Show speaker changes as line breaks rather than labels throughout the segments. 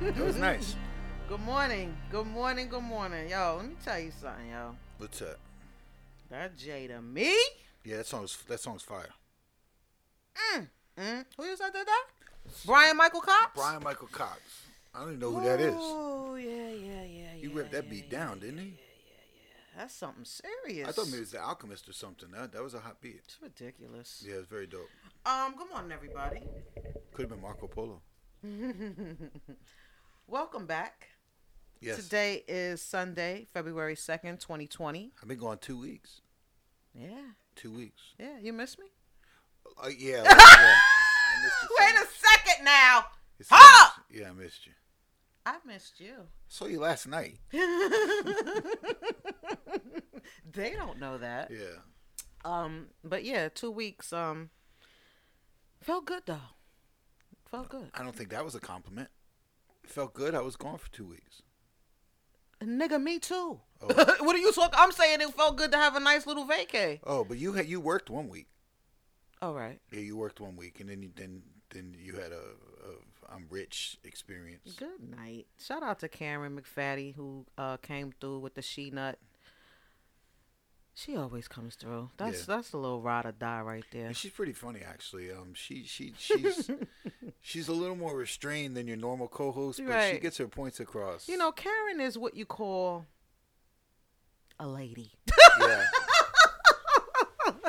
That was nice.
Mm. Good morning. Good morning. Good morning. Yo, let me tell you something, yo.
What's up?
That Jada me?
Yeah, that song's that song's fire.
Mm, mm. Who you said that? that? Brian Michael Cox?
Brian Michael Cox. I don't even know who that is.
Oh, yeah, yeah, yeah,
He
yeah,
ripped that
yeah,
beat
yeah.
down, didn't he?
That's something serious.
I thought maybe it was the Alchemist or something. That, that was a hot beat.
It's ridiculous.
Yeah, it's very dope.
Um, good morning, everybody.
Could have been Marco Polo.
Welcome back.
Yes,
Today is Sunday, February 2nd, 2020.
I've been gone two weeks.
Yeah,
Two weeks.
yeah. You miss me?
Uh, yeah. yeah. I missed you so
Wait
much.
a second now.
It's so much.
Huh?
Yeah, I missed you.
I missed you.
Saw you last night.
they don't know that.
Yeah.
Um, but yeah, two weeks. Um, felt good though. Felt good.
I don't think that was a compliment. It felt good. I was gone for two weeks.
Nigga, me too.
Oh.
what are you talking? I'm saying it felt good to have a nice little vacay.
Oh, but you had you worked one week.
All right,
Yeah, you worked one week, and then you then then you had a, a I'm rich experience.
good night. Shout out to Karen McFaddy who uh came through with the she nut. She always comes through. That's
Yeah.
that's a little ride or die right there.
And she's pretty funny, actually. Um, she she she's she's a little more restrained than your normal co-host, but she
Right.
gets her points across.
You know, Karen is what you call a lady.
Yeah.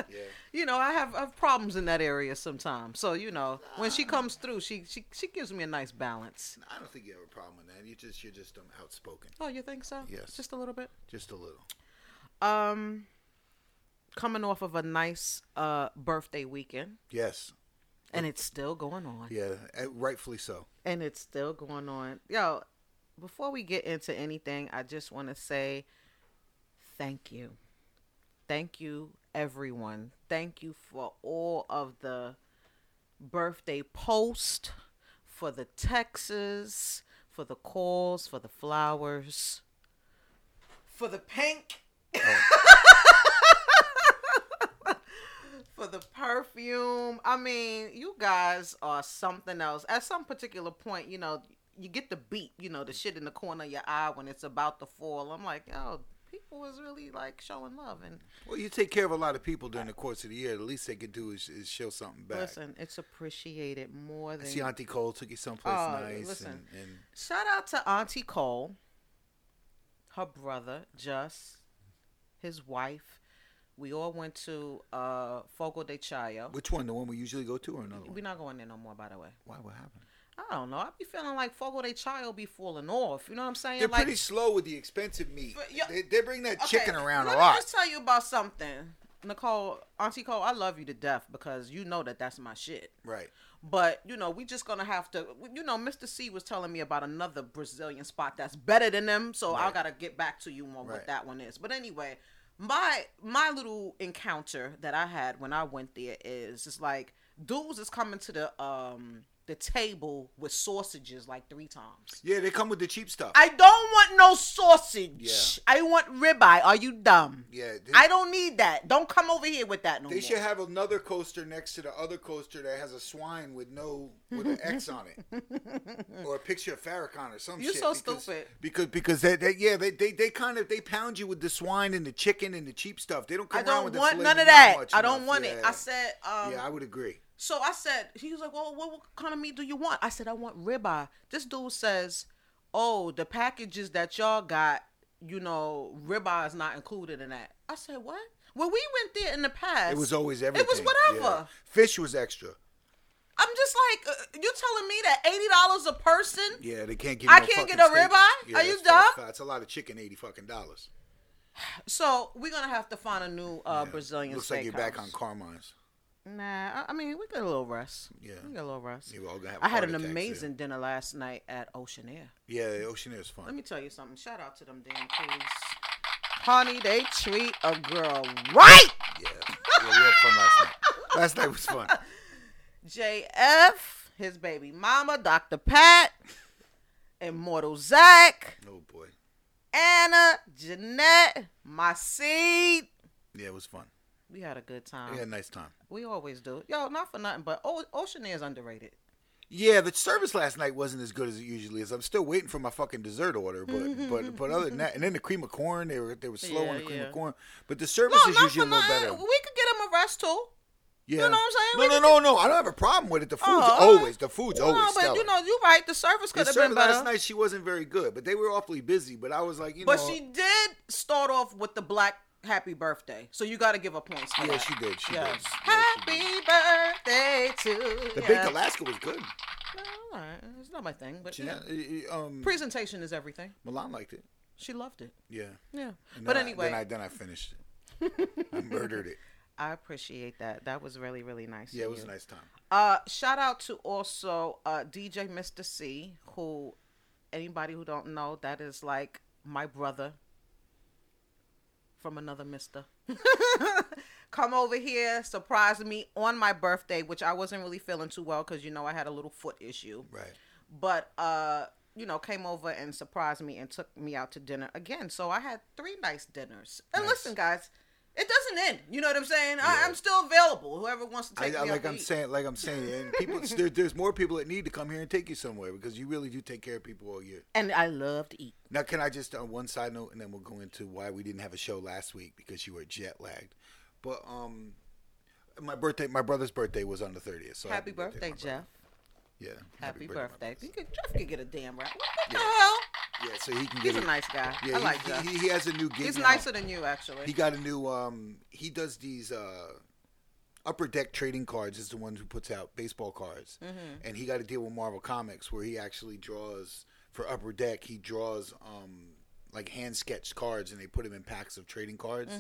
yeah.
you know, I have, I have problems in that area sometimes. So you know, when she comes through, she she she gives me a nice balance.
I don't think you have a problem with that. You just you're just um, outspoken,
Oh, you think so?
Yes.
just a little bit.
just a little.
Um, coming off of a nice uh birthday weekend,
Yes.
and it's still going on,
Yeah. uh, Rightfully so.
and it's still going on. Yo, before we get into anything, I just want to say thank you, thank you, everyone, thank you for all of the birthday post, for the texts, for the calls, for the flowers, for the pink, for the perfume. I mean, you guys are something else. At some particular point, you know, you get the beat, you know, the shit in the corner of your eye when it's about to fall. I'm like, yo, people was really like showing love and
Well, you take care of a lot of people during the course of the year. The least they could do is, is show something back.
listen, it's appreciated more
I
than
see Auntie Cole took you someplace
Oh,
nice.
listen.
And, and
Shout out to Auntie Cole, her brother, Just, his wife. We all went to uh, Fogo de Chayo.
which one? The one we usually go to or another one?
We're not going there no more, by the way.
Why? What happened?
I don't know. I be feeling like Fogo de Chayo be falling off. You know what I'm saying?
They're
like,
pretty slow with the expensive meat.
But yo-
they, they bring that
Okay,
chicken around
let
a
me
lot.
just tell you about something, Nicole, Auntie Cole. I love you to death because you know that that's my shit.
Right.
But you know, we just gonna have to. You know, Mr. C was telling me about another Brazilian spot that's better than them. So I
Right.
gotta get back to you on
Right.
what that one is. But anyway, my my little encounter that I had when I went there is it's like dudes is coming to the um the table with sausages like three times.
Yeah, they come with the cheap stuff.
I don't want no sausage.
Yeah.
I want ribeye. Are you dumb?
yeah. They,
I don't need that. Don't come over here with that no
they
more.
should have another coaster next to the other coaster that has a swine with no with an X on it, or a picture of Farrakhan or some
You're
shit.
so
because-
stupid.
Because because they, they yeah they, they they kind of they pound you with the swine and the chicken and the cheap stuff. They don't come
I
around
don't
with the
want
filet
none of
mignon
that.
much
I don't
enough.
want it.
Yeah.
I said, um,
yeah, I would agree.
So I said, he was like, well, what, what kind of meat do you want? I said, I want ribeye. This dude says, oh, the packages that y'all got, you know, ribeye is not included in that. I said, what? Well, we went there in the past.
It was always everything.
It was
yeah.
whatever.
Fish was extra.
I'm just like, uh, you telling me that eighty dollars a person?
Yeah, they can't get.
I can't get a ribeye? Are you
that's- that's-
dumb?
That's a lot of chicken, eighty fucking dollars.
So we're gonna have to find a new uh,
Yeah.
Brazilian
Looks like you're back on
steakhouse.
Carmine's.
Nah, I, I mean we got a little rest.
Yeah.
we got a little rest.
You all gonna have
I had
heart
an
attacks there.
amazing dinner last night at Ocean Air.
Yeah, the ocean is
Let
fun.
me tell you something. Shout out to them damn crews. Honey, they treat a girl right.
Yeah. yeah, we had fun last night. Last night was fun.
JF, his baby mama, Dr. Pat, Immortal Zach,
Oh boy.
Anna, Jeanette, my seed.
Yeah, it was fun.
We had a good time.
We had a nice time.
We always do. Yo, not for nothing, but o- Ocean Air is underrated.
Yeah, the service last night wasn't as good as it usually is. I'm still waiting for my fucking dessert order, but but but other than that, and then the cream of corn, they were they were slow on
Yeah,
the cream
yeah.
of corn, but the
No,
service is
not for
usually a little
nothing.
better.
We could get him a rest too.
Yeah.
know what I'm saying?
No, no, no, no. I don't have a problem with it. The food's
Oh, all right.
always the food's
No,
always
but
stellar.
you know, you're right. The service
The
could have been
service
better.
last night she wasn't very good, but they were awfully busy. But I was like, you
but
know,
she did start off with the black happy birthday. So you got to give her points for
yeah,
that.
she did. She
Yeah.
did. Yeah, she
Happy birthday
did.
to
The
ya.
baked Alaska was good.
No, all right. It's not my thing, but
She,
yeah.
uh, um,
presentation is everything.
Milan liked it.
She loved it.
Yeah.
Yeah.
And
But
then I-
anyway,
then I then I finished it. I murdered it.
I, appreciate that. That was really really nice.
Yeah,
of
it was a
you.
nice time.
Uh, shout out to also uh, DJ Mr. C, who anybody who don't know, that is like my brother from another Mister. Come over here, surprise me on my birthday, which I wasn't really feeling too well because you know I had a little foot issue.
Right.
but uh you know came over and surprised me and took me out to dinner again so i had three nice dinners and
Nice.
listen guys it doesn't end you know what i'm saying I,
Yeah.
i'm still available whoever wants to
I,
take
I-
me out
like
to
I'm
eat.
saying, like I'm saying, and people, there, there's more people that need to come here and take you somewhere because you really do take care of people all year.
and i love to eat
Now, can I just on one side note, and then we'll go into why we didn't have a show last week because you were jet lagged. But um, my birthday, my brother's birthday was on the thirtieth. So
happy, birthday,
my brother.
jeff
Yeah.
happy,
my
birthday,
brother.
You could, jeff could get a damn rap what the
Yeah.
hell
Yeah, so he can
he's
get
a
it.
nice guy
Yeah,
i
he,
like
he-
jeff
he, he has a new gig.
he's
now.
nicer than you actually
He got a new. Um, he does these uh, upper deck trading cards. Is the one who puts out baseball cards,
Mm-hmm.
and he got to deal with Marvel Comics, where he actually draws for upper deck. He draws um, like hand sketched cards, and they put him in packs of trading cards.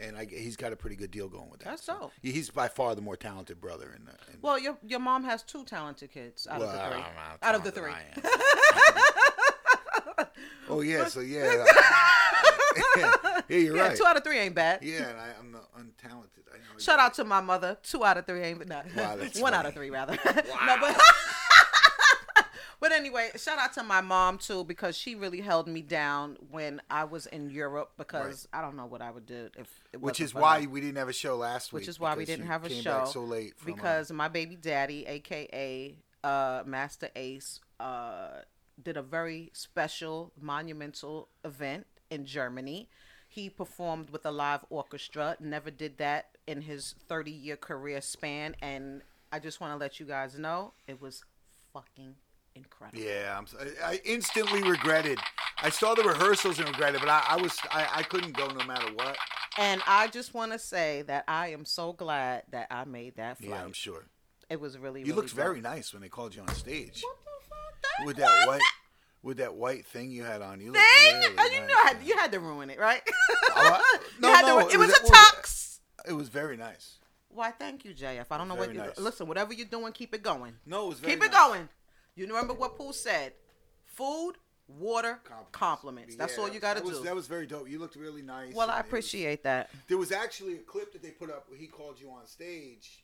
And I, he's got a pretty good deal going with that.
Mm-hmm. That's dope.
yeah, He's by far the more talented brother in the. In
well your your mom has two talented kids out of
Well,
the
I
three
don't know how
out of the three
talented oh yeah, so yeah, yeah, you're
yeah
right.
two out of three ain't bad
yeah, and I, I'm the untalented. I know
Shout out to my mother. Two out of three ain't no,
Wow,
one
that's
out
funny.
of three rather.
Wow.
no, but but anyway, shout out to my mom too because she really held me down when I was in Europe because I don't know what I would do if it
Which
wasn't
is
for
why
her.
we didn't have a show last week.
which is why we
because
didn't
you
have a
came
show
back so late from, uh,
because my baby daddy, aka uh, Master Ace, uh, did a very special monumental event in Germany. He performed with a live orchestra. Never did that in his 30 year career span, and I just want to let you guys know it was fucking incredible.
yeah, I'm, si instantly regretted. I saw the rehearsals and regretted, but I, I was I, I couldn't go no matter what.
And I just want to say that I am so glad that I made that flight.
Yeah, I'm sure.
It was really,
You
really
looked
dope.
very nice when they called you on stage
What the fuck? That
with
was
that white with that white thing you had on. You looked
thing?
really
oh, you
nice,
know, I had,
man.
you had to ruin it, right?
Oh, I- no,
you had to,
no,
it, was, a
well,
tux.
It was very nice.
Why? Thank you, JF. I don't know what.
Very
You,
nice.
Listen, whatever you're doing, keep it going.
No, it was very
Keep it
nice.
going. You remember what Pooh said? Food, water, compliments. That's
Yeah,
all you got to
that
do.
was- That was very dope. You looked really nice.
well, I
and it was-
appreciate that.
There was actually a clip that they put up where he called you on stage,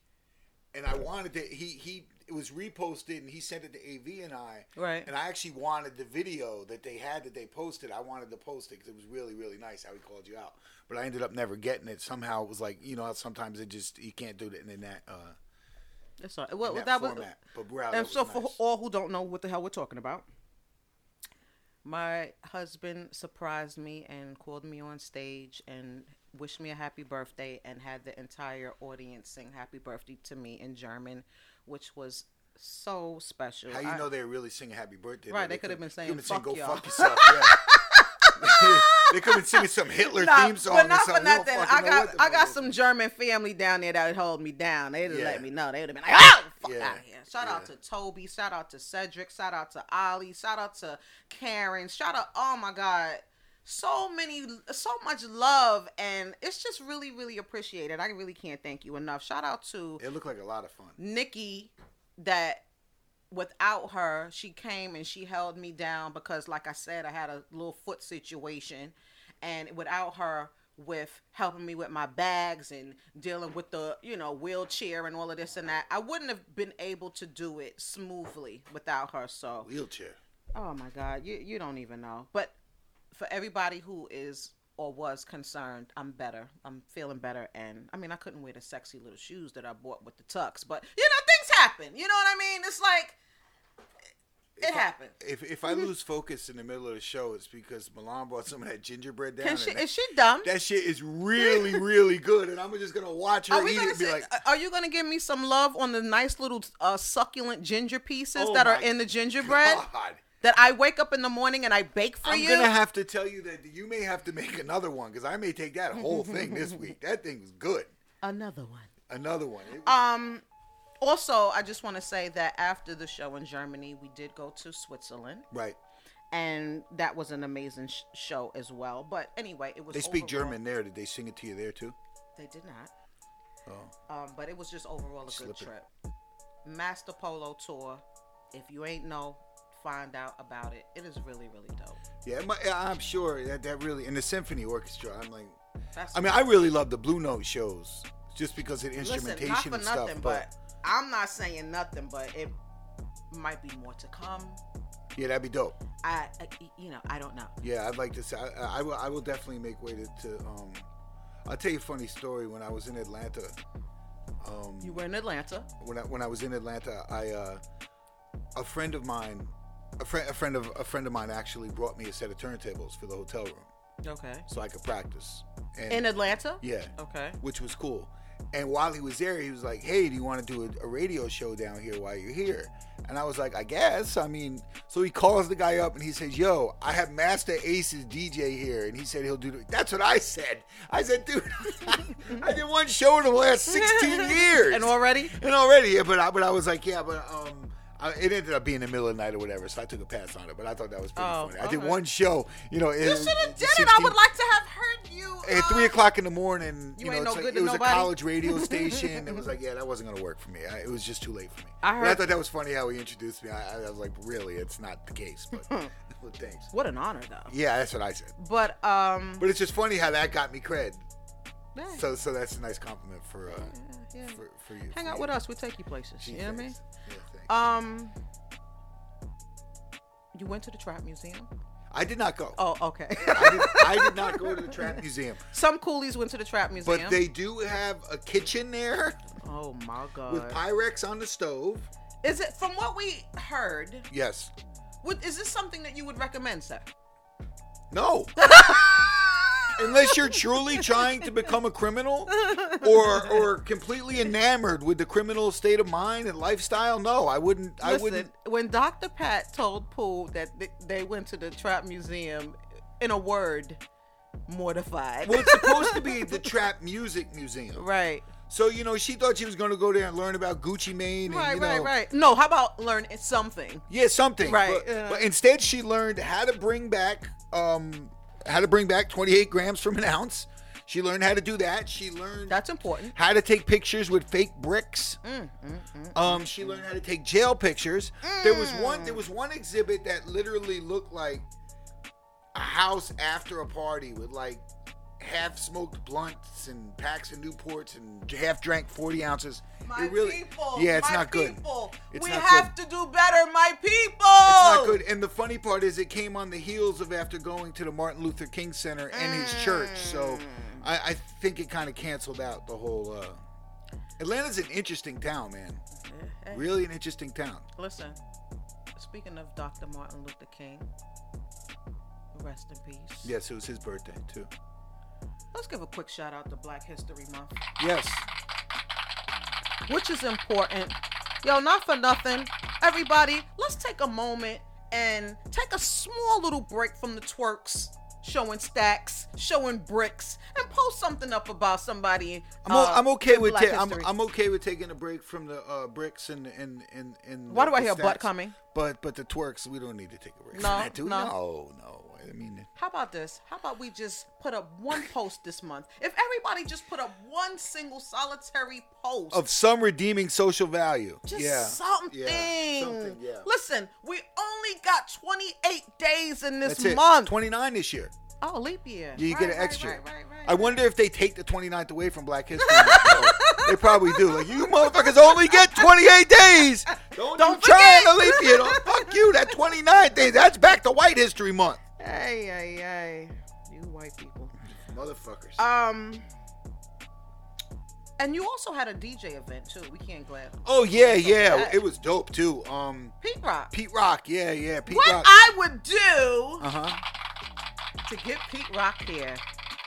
and I wanted to. He he it was reposted and he sent it to AV and I.
Right.
And I actually wanted the video that they had that they posted. I wanted to post it because it was really really nice how he called you out. But I ended up never getting it. Somehow it was like you know how sometimes it just you can't do it in that uh,
That's all. Well,
in that,
that was.
format. but wow,
And
that
so,
was
for
nice.
all who don't know what the hell we're talking about, my husband surprised me and called me on stage and wished me a happy birthday and had the entire audience sing happy birthday to me in German, which was so special.
How you
I-
know they were really singing "Happy Birthday"?
Right,
though?
they could have been saying,
could've
"Fuck
"Go
y'all."
fuck yourself." Yeah. they could have been singing some Hitler
Nah,
theme song
but
or
not for
something. We don't
nothing.
fucking
I
know
got
what the
I
fuck
got
it was.
some German family down there that would hold me down. They'd have
Yeah.
let me know. They'd have been like, oh, fuck
Yeah.
out of here. Shout out to
Yeah.
Toby. Shout out to Cedric. Shout out to Ollie. Shout out to Karen. Shout out, oh my God. so many so much love and it's just really really appreciated i really can't thank you enough shout out to
It looked like a lot of fun.
nikki that without her she came and she held me down because like i said i had a little foot situation and without her with helping me with my bags and dealing with the you know wheelchair and all of this and that i wouldn't have been able to do it smoothly without her so
Wheelchair.
Oh my God, you you don't even know. But for everybody who is or was concerned, I'm better. I'm feeling better, and I mean, I couldn't wear the sexy little shoes that I bought with the tux, but you know, things happen. You know what I mean? It's like it happened.
If if I lose focus in the middle of the show, it's because Milan brought some of that gingerbread down.
Can
and
she,
that,
is she dumb?
that shit is really, really good, and I'm just gonna watch her
Are we
eat it
gonna
and be
say, uh,
like,
Are you gonna give me some love on the nice little uh, succulent ginger pieces
Oh
that are
my
in the gingerbread
God.
that I wake up in the morning and I bake for
I'm
you?
gonna have to tell you that you may have to make another one because I may take that whole thing this week. That thing was good.
Another one.
Another one. It was-
Um, also, I just want to say that after the show in Germany, we did go to Switzerland,
right.
and that was an amazing sh- show as well. But anyway, it was.
They speak
overall-
German there. Did they sing it to you there too?
They did not.
Oh.
Um, but it was just overall a good
Slip it.
trip. Master Polo Tour. If you ain't know, find out about it. It is really, really dope.
Yeah, it might- I'm sure that that really and the symphony orchestra. I'm like,
That's
I mean, I really love the Blue Note shows just because of the
listen,
instrumentation
not for
and
nothing,
stuff.
but I'm not saying nothing, but it might be more to come.
yeah, that'd be dope.
I, I you know, I don't know.
Yeah, I'd like to say I, I will. I will definitely make way to. to um, I'll tell you a funny story. When I was in Atlanta, um,
You were in Atlanta.
when I, when I was in Atlanta, I uh, a friend of mine, a friend a friend of a friend of mine actually brought me a set of turntables for the hotel room
Okay.
so I could practice. And,
In Atlanta?
yeah,
Okay.
which was cool. And while he was there, he was like, "Hey, do you want to do a, a radio show down here while you're here?" And I was like, "I guess." I mean, so he calls the guy up and he says, "Yo, I have Master Ace's DJ here," and he said he'll do. The- That's what I said. I said, "Dude, I did one show in the last 16 years."
and already?
And already, yeah, but I, but I was like, yeah, but um, I, it ended up being the middle of the night or whatever, so I took a pass on it. But I thought that was pretty
Oh,
funny. I did
okay.
one show, you know.
You should have did it. I would like to have heard you.
At three
uh,
o'clock in the morning,
You
you, know,
ain't no
it's like,
good
it
to
was
nobody.
a college radio station. it was like, yeah, that wasn't gonna work for me. I, it was just too late for me.
I
But I
heard-
thought that was funny how he introduced me. I, I was like, really, it's not the case. But well, thanks.
What an honor, though.
Yeah, that's what I said.
But um.
But it's just funny how that got me cred.
yeah,
So, so that's a nice compliment for, uh,
yeah.
for, for you.
Hang
for
out
you.
with us. We'll take you places.
Gee,
you know what I mean?
thanks. Yeah, thanks.
Um. You went to the Trap Museum?
I did not go.
Oh, okay.
I did, I did not go to the trap museum,
Some coolies went to the Trap Museum.
but they do have a kitchen there
Oh my God.
with Pyrex on the stove.
is it from what we heard?
Yes.
What is this something that you would recommend, sir?
No. Unless you're truly trying to become a criminal or or completely enamored with the criminal state of mind and lifestyle, no, I wouldn't. I
Listen,
wouldn't.
when Dr. Pat told Pooh that th- they went to the Trap Museum, in a word, mortified.
Well, it's supposed to be the trap music museum.
right.
So you know, she thought she was going to go there and learn about Gucci Mane. And,
Right,
you know,
right, right. No, how about learn something?
Yeah, something.
Right,
But,
yeah.
but instead, she learned how to bring back, um, how to bring back 28 grams from an ounce. She learned how to do that. She learned
That's important.
how to take pictures with fake bricks. um, she learned how to take jail pictures. There was one. There was one exhibit that literally looked like a house after a party with like half-smoked blunts and packs of Newports and half-drank 40 ounces.
My
it really,
people.
yeah, it's
my
not good.
people.
It's
we
not
have to do better, my people. It's
It's not good. And the funny part is, it came on the heels of after going to the Martin Luther King Center and his church. So
Mm.
I, I think it kind of canceled out the whole. Uh, Atlanta's an interesting town, man. Really an interesting town.
Listen, speaking of Dr. Martin Luther King, rest in peace.
Yes, it was his birthday too.
Let's give a quick shout out to Black History Month.
Yes.
which is important. Yo, not for nothing. Everybody, let's take a moment and take a small little break from the twerks, showing stacks, showing bricks, and post something up about somebody.
I'm, o-
uh,
I'm okay
in
with
Black
ta- I'm,
history.
I'm okay with taking a break from the uh, bricks and and and and.
Why
the-
do I
the
hear butt
stats.
coming?
But but the twerks, we don't need to take a break.
No,
from that, do we?
no.
no, no. I didn't mean to.
How about this? How about we just put up one post this month? If everybody just put up one single solitary post
Of some redeeming social value.
just
yeah.
something.
Yeah. Something, yeah.
Listen, we only got 28 days in this
That's it.
month.
29 this year.
oh, leap year.
Yeah, you
Right,
get an
right,
extra.
right, right, right,
I wonder if they take the 29th away from Black History. Month. No, they probably do. Like, you motherfuckers only get 28 days. Don't,
Don't
you try
forget.
to leap year. Don't- Fuck you. That 29th day, that's back to White History Month.
Hey, hey, hey. You white people.
Motherfuckers.
Um. And you also had a DJ event too. We can't glad.
oh, yeah, yeah.
that.
It was dope, too. Um,
Pete Rock.
Pete Rock. Yeah, yeah. Pete
what Ah!
Rock.
I would do
uh-huh.
to get Pete Rock here.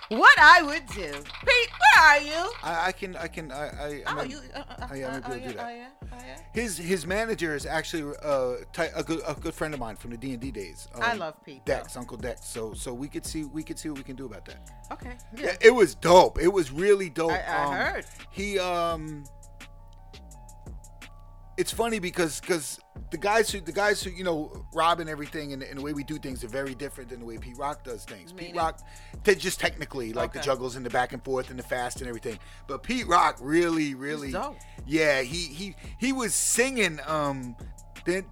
What I would do. Pete, where are you?
I, I can, I can, I, I, I'm
oh,
a-
you. Uh, uh,
oh, yeah, I'm
uh,
able
oh,
to do
yeah,
that.
Oh, yeah, oh, yeah.
His his manager is actually uh, ty- a good a good friend of mine from the D and D days. Um,
I love Pete, though.
Dex, Uncle Dex. So so we could see we could see what we can do about that.
Okay. Yeah.
Yeah, it was dope. It was really dope.
I- I
Um,
heard.
He um. It's funny because because the guys who the guys who you know Rob and everything and, and the way we do things are very different than the way Pete Rock does things. Pete
Meaning?
Rock, they just technically like the
Okay.
juggles and the back and forth and the fast and everything. But Pete Rock really really
dope.
yeah he he he was singing um and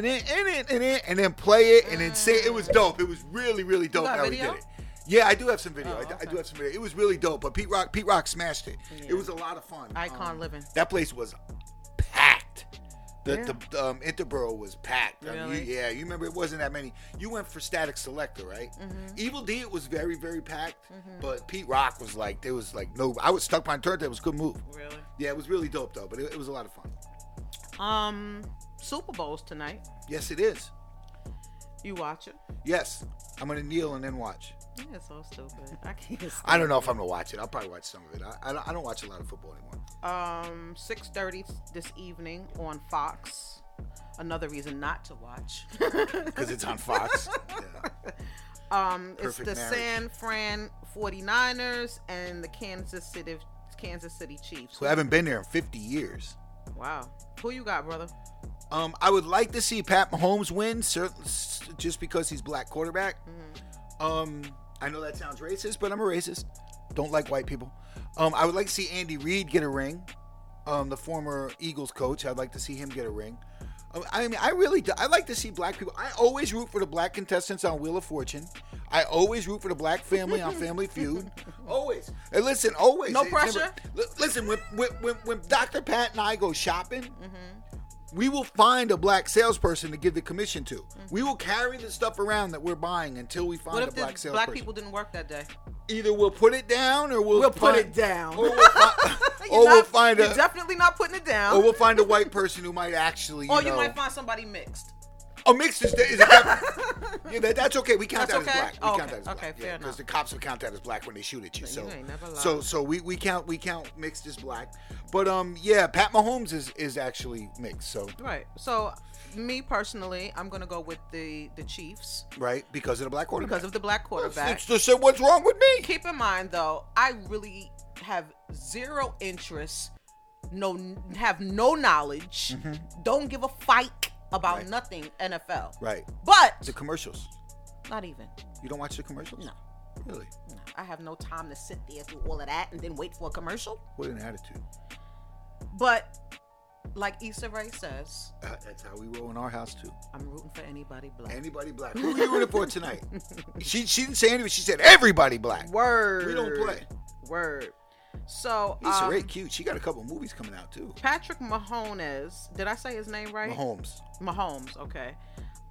then play it and then say it was dope it was really really dope
got
how he
video?
did it yeah i do have some video
Oh,
I, do- I do
okay.
have some video it was really dope but pete rock pete rock smashed it
Yeah.
it was a lot of fun
Icon
Um,
living.
that place was packed the,
Yeah.
the um, Interboro was packed. I mean, you-
Really?
yeah, you remember it wasn't that many. You went for Static Selector, right?
Mm-hmm.
Evil D it was very, very packed, but Pete Rock was like, there was like no. I was stuck behind turntable. It was a good move.
Really.
Yeah, it was really dope though, but it, it was a lot of fun.
Um, Super Bowl's tonight.
Yes, it is.
You watch it?
Yes, I'm gonna kneel and then watch.
Yeah, it's so stupid. I can't.
I don't know if I'm gonna watch it. I'll probably watch some of it. I, I, don't, I don't watch a lot of football anymore.
um 6:30 this evening on Fox. Another reason not to watch.
because it's on Fox. yeah.
um it's
Perfect
the
marriage.
San Fran 49ers and the Kansas City Kansas City Chiefs.
So I haven't been there in 50 years.
Wow. Who you got, brother?
Um, I would like to see Pat Mahomes win, cer- s- just because he's black quarterback.
Mm-hmm.
Um, I know that sounds racist, but I'm a racist. Don't like white people. Um, I would like to see Andy Reid get a ring. Um, the former Eagles coach, I'd like to see him get a ring. Um, I mean, I really do. I like to see black people. I always root for the black contestants on Wheel of Fortune. I always root for the black family on Family Feud. Always. And listen, always.
No
It's never-
pressure?
Li- listen, when, when, when, when Dr. Pat and I go shopping, we will find a black salesperson to give the commission to. We will carry the stuff around that we're buying until we find
What
a
if the
black
black,
salesperson.
people didn't work that day?
Either we'll put it down or we'll,
We'll put
find-
it down.
Or we'll, fi-
You're
or we'll
not-
find
you're
a
definitely not putting it down.
or we'll find a white person who might actually you
Or you
know-
might find somebody mixed.
a mixed is, is a yeah, that, that's okay. We count
That's
that
okay?
as black. We
Oh,
count
okay.
that as
Okay,
black.
fair
because
enough.
the cops will count that as black when they shoot at you. So,
ain't never lied.
so, so we, we count we count mixed as black. But um, yeah, Pat Mahomes is is actually mixed. So
Right. So, me personally, I'm gonna go with the the Chiefs
right because of the black quarterback.
because of the black quarterback.
It's just, what's wrong with me?
Keep in mind though, I really have zero interest, no have no knowledge, don't give a fike about
Mm-hmm. Right.
nothing NFL.
Right.
But
The commercials.
not even.
You don't watch the commercials?
No.
Really?
No. I have no time to sit there through all of that and then wait for a commercial.
What an attitude.
But like Issa Rae says,
Uh, that's how we roll in our house too.
I'm rooting for anybody black.
Anybody black? Who are you rooting for tonight? she she didn't say anybody. She said everybody black.
Word.
We don't play.
Word. So
Lisa
um,
Ray cute. She got a couple movies coming out too.
Patrick Mahomes. Did I say his name right?
Mahomes.
Mahomes, okay.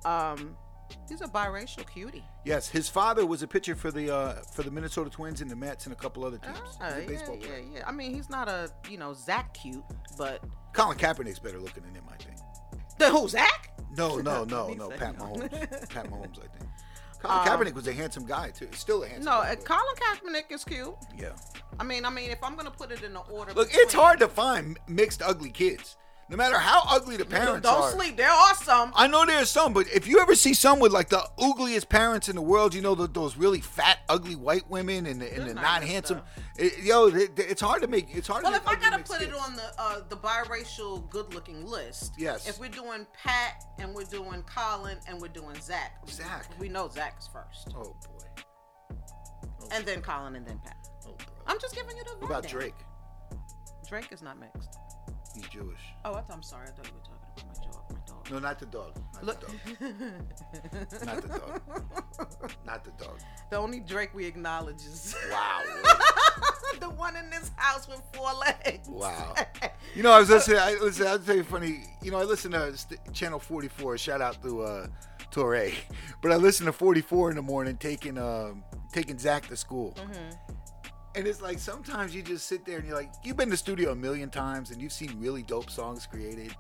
Um, he's a biracial cutie.
Yes, his father was a pitcher for the uh, for the Minnesota Twins and the Mets and a couple other teams. He's
Ah,
a
yeah,
baseball
yeah,
player.
yeah. I mean, he's not a you know Zach cute, but
Colin Kaepernick's better looking than him, I think.
the who Zach?
No, no, no,
He
no.
said
Pat
no. Um,
Mahomes. Pat Mahomes, I think. Colin Kaepernick was a handsome guy too. He's Still a handsome.
No,
guy,
uh,
but-
Colin Kaepernick is cute.
yeah.
I mean, I mean, if I'm gonna put it in the order,
Look,
between-
it's hard to find mixed ugly kids. No matter how ugly the parents
Don't
are.
sleep. There are some.
I know there's some, but if you ever see some with like the ugliest parents in the world, you know th those really fat, ugly white women and the, and the
They're
not
not good
handsome, it, yo, th th- it's hard to make. It's hard.
Well,
to
if
make
I
ugly
gotta
mixed
put it
kids.
on the uh, the biracial good looking list,
Yes.
If we're doing Pat and we're doing Colin and we're doing Zach,
Zach.
we know Zach's first,
Oh boy.
and then Colin and then Pat.
Oh, bro.
I'm just giving you the.
What about
rundown.
Drake?
Drake is not mixed.
He's Jewish.
Oh, I th- I'm sorry. I thought you were talking about my dog. My dog.
No, not the dog. Not
Look.
the dog. Not the dog. Not the dog.
the only Drake we acknowledge is
Wow.
the one in this house with four legs.
Wow. You know, I was listening. I listen. I'll tell you funny. You know, I listen to st- Channel 44. Shout out to uh, Torre. But I listen to 44 in the morning, taking um, taking Zach to school. And it's like sometimes you just sit there and you're like, you've been to the studio a million times and you've seen really dope songs created.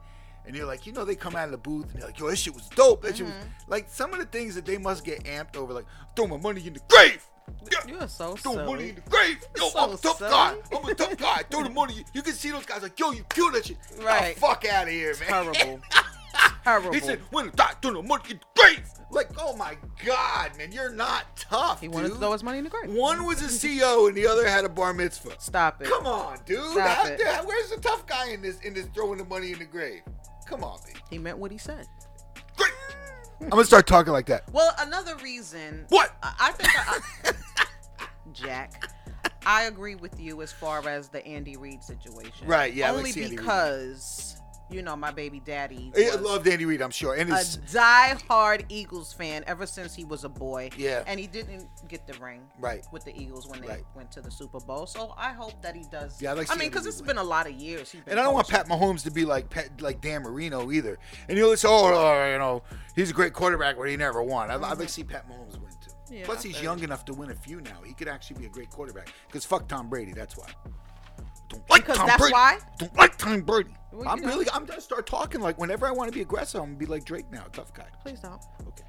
And you're like, you know, they come out of the booth and they're like, yo, this shit was dope. That shit was like some of the things that they must get amped over, like throw my money in the grave. Yeah.
You are so
Throw
silly.
money in the grave. Yo,
So
I'm a tough
silly.
guy. I'm a tough guy. Throw the money. You can see those guys like, yo, you killed that shit. Get the
Right.
fuck out of here, man.
Terrible. Terrible.
He said, when I die, throw the money in the grave. Like, oh my God, man, you're not tough.
He wanted
dude.
to throw his money in the grave.
One was a CO and the other had a bar mitzvah.
Stop it.
Come on, dude.
Stop
How-
it.
how- where's the tough guy in this in this throwing the money in the grave? Come on, man.
He meant what he said.
Great. I'm gonna start talking like that.
Well, another reason.
What?
I, I think. I, Jack, I agree with you as far as the Andy Reid situation.
Right, yeah, I like
Only
Sandy Reid.
because you know my baby daddy.
I
was
love Andy Reid, I'm sure. And
a
it's
diehard Eagles fan ever since he was a boy.
Yeah.
And he didn't get the ring
right.
with the Eagles when they
Right.
went to the Super Bowl. So I hope that he does.
Yeah, I'd like to
I
see
mean,
him
because
do
it's
one.
been a lot of years. he's been
And I don't want
coaching.
Pat Mahomes to be like Pat, like Dan Marino either. And you'll say, oh, uh, you know, he's a great quarterback, but he never won. I'd, I'd like to see Pat Mahomes win too.
Yeah,
Plus, he's
fair.
young enough to win a few now. He could actually be a great quarterback. Because fuck Tom Brady, that's why. Don't like
Because
Tom
that's
Brady.
why?
Don't like Tom Brady.
Well, you
I'm
know.
really, I'm gonna start talking like whenever I want to be aggressive, I'm gonna be like Drake now, tough guy.
Please don't.
Okay.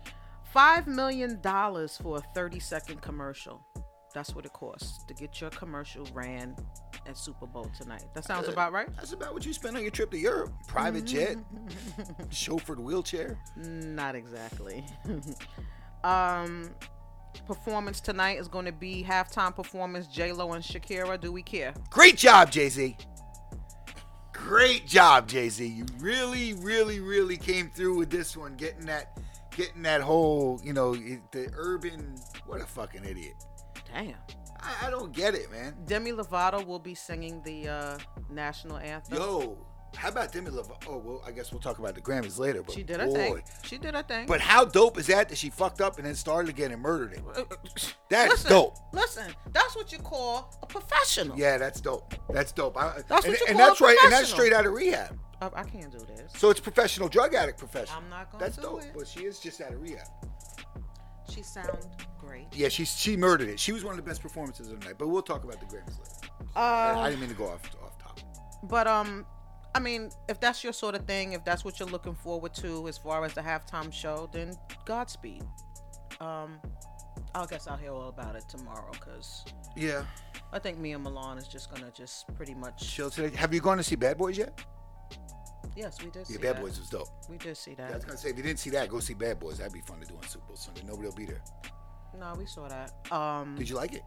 Five million dollars for a thirty-second commercial. That's what it costs to get your commercial ran at Super Bowl tonight. That sounds about right.
That's about what you spent on your trip to Europe. Private jet, chauffeured wheelchair.
Not exactly. um, performance tonight is going to be halftime performance. J Lo and Shakira. Do we care?
Great job, Jay Z. Great job, Jay Z. You really, really, really came through with this one, getting that, getting that whole, you know, the urban. What a fucking idiot.
Damn.
I, I don't get it, man.
Demi Lovato will be singing the uh, national anthem.
Yo, how about Demi Lovato? Oh well, I guess we'll talk about the Grammys later. But
she did her
boy.
thing. She did her thing.
But how dope is that that she fucked up and then started again and murdered it? That's
Uh, listen,
dope.
Listen, that's what you call a professional.
Yeah, that's dope. That's dope. I,
That's what
and,
you
and
call
that's right. And that's
professional.
straight out of rehab.
I, Uh, I can't do this.
So it's professional drug addict professional.
I'm not gonna
That's
do
dope.
it.
But she is just out of rehab.
She sound great.
Yeah, she she murdered it. She was one of the best performances of the night. But we'll talk about the Grammys later. I
Uh,
didn't mean to go off off topic.
but um, I mean, if that's your sort of thing, if that's what you're looking forward to as far as the halftime show, then Godspeed. Um, I guess I'll hear all about it tomorrow because
Yeah,
I think me and Milan is just gonna just pretty much.
chill today. Have you gone to see Bad Boys yet?
Yes, we did.
Yeah,
see
Bad
that.
Boys was dope.
We did see
Yeah, I
that.
was gonna say if you didn't see that, go see Bad Boys. That'd be fun to do on Super Bowl Sunday. Nobody'll be there.
No, we saw that. Um,
Did you like it?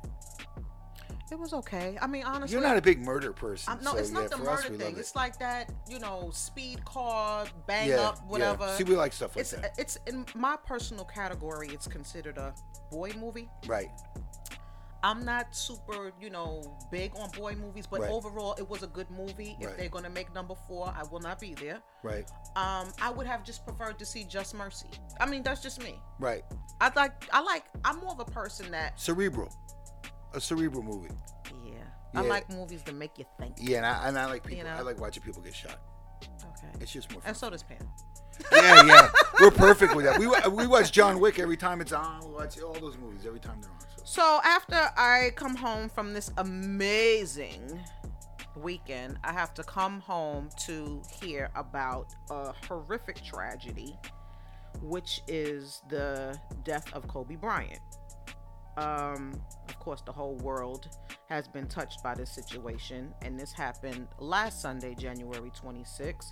it was okay. I mean, honestly,
You're not a big murder person.
I'm, no,
so
it's not
yeah,
the
for us,
murder
we
thing.
love it.
It's like that, you know, speed car, bang
yeah,
up, whatever.
Yeah. See, we like stuff like
it's
that.
it's in my personal category. It's considered a boy movie.
right.
I'm not super, you know, big on boy movies, but
Right.
overall, it was a good movie. If
Right.
they're gonna make number four, I will not be there.
Right.
Um, I would have just preferred to see Just Mercy. I mean, that's just me.
Right.
I like, I like, I'm more of a person that,
Cerebral. A cerebral movie.
yeah, I
Yeah.
like movies that make you think.
Yeah, and I, and I like
You
people.
know?
I like watching people get shot.
Okay.
It's just more fun.
And so does Pam.
Yeah, yeah. We're perfect with that. We wa- we watch John Wick every time it's on. We watch all those movies every time they're on. So.
So after I come home from this amazing weekend, I have to come home to hear about a horrific tragedy, which is the death of Kobe Bryant. Um, of course, the whole world has been touched by this situation, and this happened last Sunday, January 26th.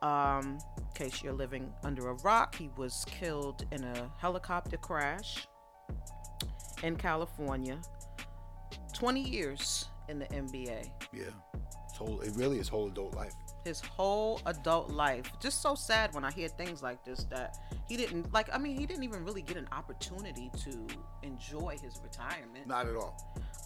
Um, in case you're living under a rock, he was killed in a helicopter crash in California. 20 years in the NBA.
Yeah. It's whole, it really is whole adult life.
his whole adult life. Just so sad when I hear things like this that he didn't like. I mean, he didn't even really get an opportunity to enjoy his retirement.
Not at all.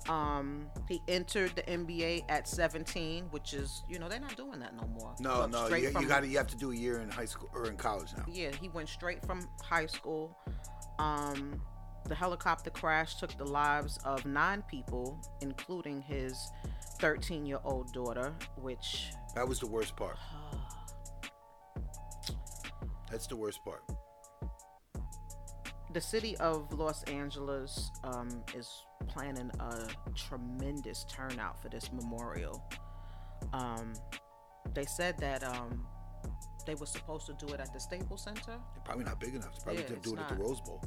Um, he entered the NBA at 17, which is you know they're not doing that no more.
No,
Look,
no.
straight
You,
from-
you got to you have to do a year in high school or in college now.
Yeah, he went straight from high school. Um, the helicopter crash took the lives of nine people, including his 13-year-old daughter, which.
That was the worst part. That's the worst part.
the city of Los Angeles um, is planning a tremendous turnout for this memorial. Um, they said that um, they were supposed to do it at the Staples Center.
They're probably not big enough. They probably
Yeah,
have to do it
it's
at the
not.
Rose Bowl.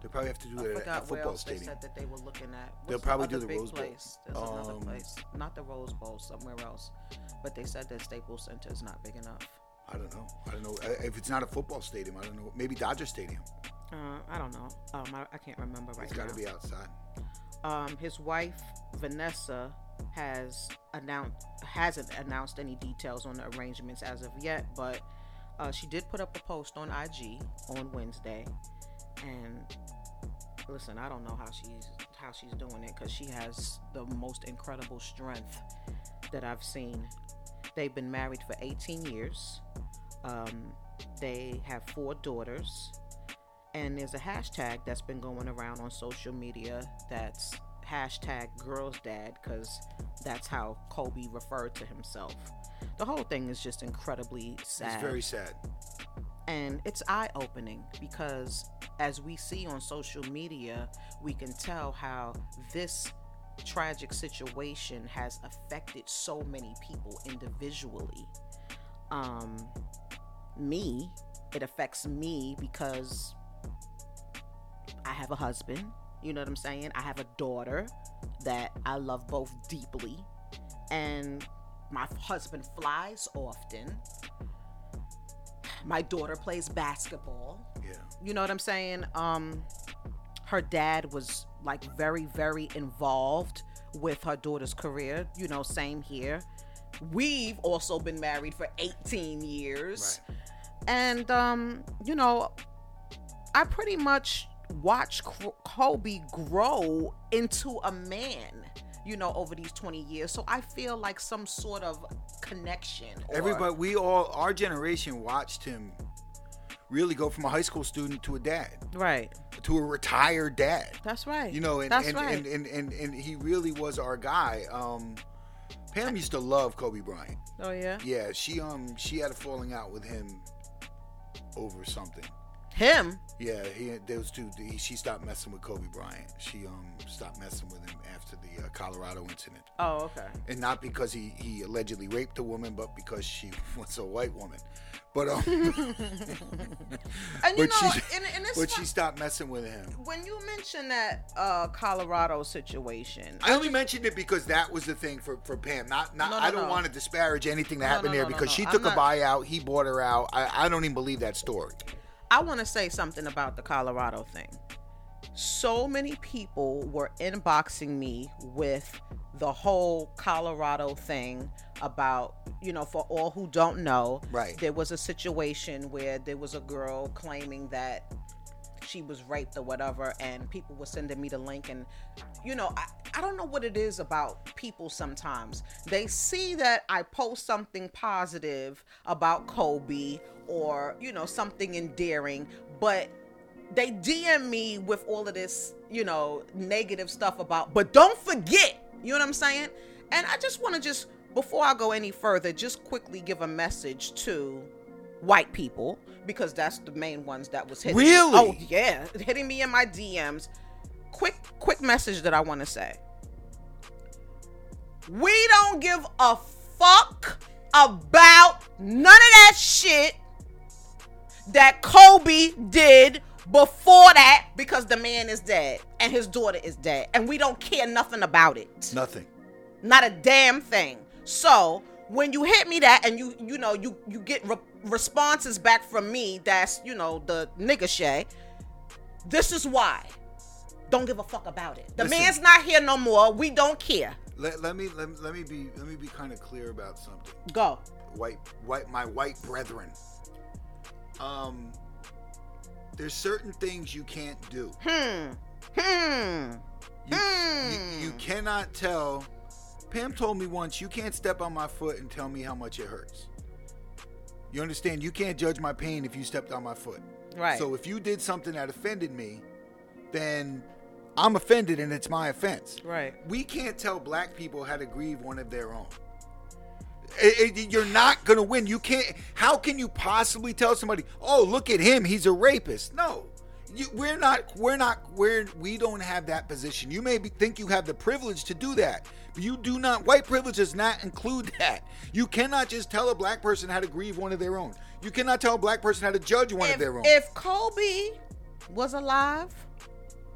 They probably have to do
I
it at a
forgot where
football
else they
stadium.
said that they were looking at. What's
They'll probably
other
do the
big
Rose Bowl.
place? There's another
Um,
place, not the Rose Bowl, somewhere else. But they said that Staples Center is not big enough.
I don't know. I don't know I- if it's not a football stadium. I don't know. Maybe Dodger Stadium.
Uh, I don't know. Um, I, I can't remember right
It's
now.
got to be outside.
um, his wife Vanessa has announced hasn't announced any details on the arrangements as of yet, but uh, she did put up a post on IG on Wednesday, and listen, I don't know how she's how she's doing it because she has the most incredible strength that I've seen. They've been married for 18 years. Um, they have four daughters and there's a hashtag that's been going around on social media that's hashtag girls dad because that's how kobe referred to himself the whole thing is just incredibly sad
It's very sad.
and it's eye-opening because as we see on social media we can tell how this tragic situation has affected so many people individually um me it affects me because i have a husband you know what i'm saying i have a daughter that i love both deeply and my husband flies often my daughter plays basketball
Yeah.
you know what i'm saying um her dad was like very very involved with her daughter's career you know same here we've also been married for 18 years
Right.
and um you know i pretty much watched K- kobe grow into a man you know over these 20 years so i feel like some sort of connection or-
Everybody, we all, our generation watched him really go from a high school student to a dad,
right
to a retired dad.
that's right
You know, and
that's
and,
right
and, and, and and he really was our guy. Um, Pam used to love Kobe Bryant.
oh yeah
Yeah, she um she had a falling out with him over something.
him
Yeah, he those two. He, she stopped messing with Kobe Bryant. She um stopped messing with him after the uh, Colorado incident,
Oh, okay.
and not because he he allegedly raped a woman, but because she was a white woman. But um,
And you
But
know,
she-
and, and it's
but
fu-
she stopped messing with him.
when you mention that uh, Colorado situation,
I only mentioned it because that was the thing for, for Pam. Not, not
No, no,
I don't
no.
want to disparage anything that happened
no,
there
no, no,
because
no.
she
I'm
took
not-
a buyout, he bought her out. I, I don't even believe that story.
I want to say something about the Colorado thing. So many people were inboxing me with the whole Colorado thing about, you know, for all who don't know,
Right.
there was a situation where there was a girl claiming that she was raped or whatever, and people were sending me the link. And, you know, I, I don't know what it is about people sometimes. They see that I post something positive about Kobe or, you know, something endearing, but they DM me with all of this, you know, negative stuff about, but don't forget, you know what I'm saying? And I just want to just, before I go any further, just quickly give a message to white people because that's the main ones that was hitting me.
Really?
Oh, yeah, hitting me in my DMs. Quick, quick message that I want to say. We don't give a fuck about none of that shit that Kobe did Before that, because the man is dead and his daughter is dead, and we don't care nothing about it.
Nothing.
Not a damn thing. So when you hit me that and you you know you you get re- responses back from me that's you know the nigga shay this is why don't give a fuck about it the
Listen.
man's not here no more we don't care
Let, let me let, me- let me be let me be kind of clear about something.
go
White white my white brethren. Um, there's certain things you can't do.
hmm hmm
You,
Hmm.
you, you cannot tell. Pam told me once, you can't step on my foot and tell me how much it hurts. You understand? You can't judge my pain if you stepped on my foot.
right
So if you did something that offended me, then I'm offended and it's my offense.
Right.
We can't tell black people how to grieve one of their own. It- it- you're not gonna win. You can't. How can you possibly tell somebody, "Oh, look at him, he's a rapist"? No, you, we're not. We're not. We're we don't have that position. You may be, think you have the privilege to do that, but you do not. White privilege does not include that. You cannot just tell a black person how to grieve one of their own. You cannot tell a black person how to judge one
if,
of their own.
if kobe was alive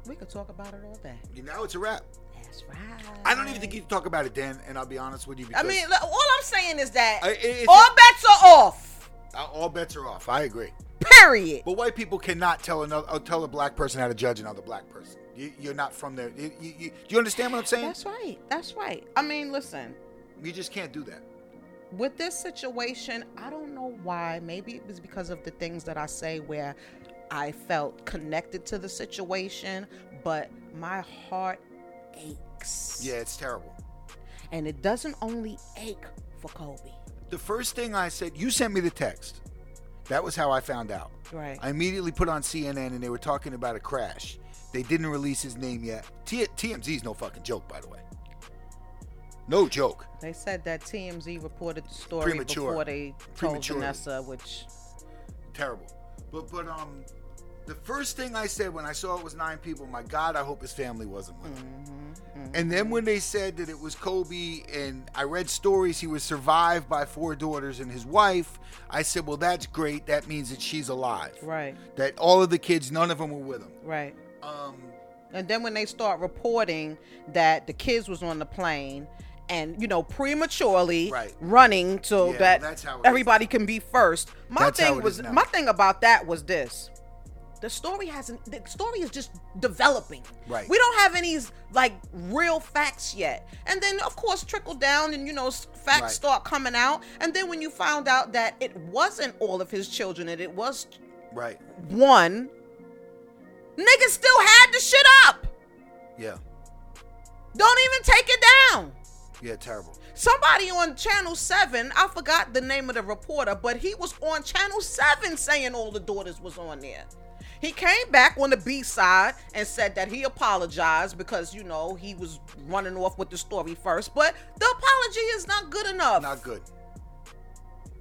we could talk about it all day
You now it's a wrap.
that's right
I don't even think you can talk about it, Dan. And I'll be honest with you.
i
Because
mean look, all i'm saying is that
I- it- it's-
all bets are off
all bets are off. I agree.
period
But white people cannot tell another uh, tell a black person how to judge another black person. You, you're not from there. You, you, you- do you understand what I'm saying?
That's right. That's right. I mean, listen,
You just can't do that.
with this situation, I don't know why. Maybe it was because of the things that I say where I felt connected to the situation, but my heart aches.
Yeah, it's terrible.
And it doesn't only ache for Kobe.
The first thing I said, you sent me the text. That was how I found out.
Right.
I immediately put on CNN and they were talking about a crash. They didn't release his name yet. T- TMZ's no fucking joke, by the way. No joke.
they said that TMZ reported the story
Premature.
before they told
Prematurely.
Vanessa, which
terrible. But but um, the first thing I said when I saw it was nine people, my God, I hope his family wasn't with him. And then when they said that it was Kobe, and I read stories he was survived by four daughters and his wife, I said, well, that's great. That means that she's alive.
right,
That all of the kids, none of them were with him.
right.
Um,
And then when they start reporting that the kids was on the plane and you know prematurely
Right.
running so
Yeah,
that
that's how it
everybody can be first. My
That's how
thing
it
was
is now.
my thing about that was this. The story hasn't the story is just developing.
Right.
We don't have any like real facts yet. And then of course trickle down and you know s- facts
Right.
start coming out and then when you found out that it wasn't all of his children and it was
right.
one niggas still had the shit up.
Yeah.
Don't even take it down.
Yeah. Terrible.
Somebody on Channel 7, I forgot the name of the reporter, but he was on Channel 7 saying all the daughters was on there. He came back on the B side and said that he apologized because, you know, he was running off with the story first, but the apology is not good enough.
Not good.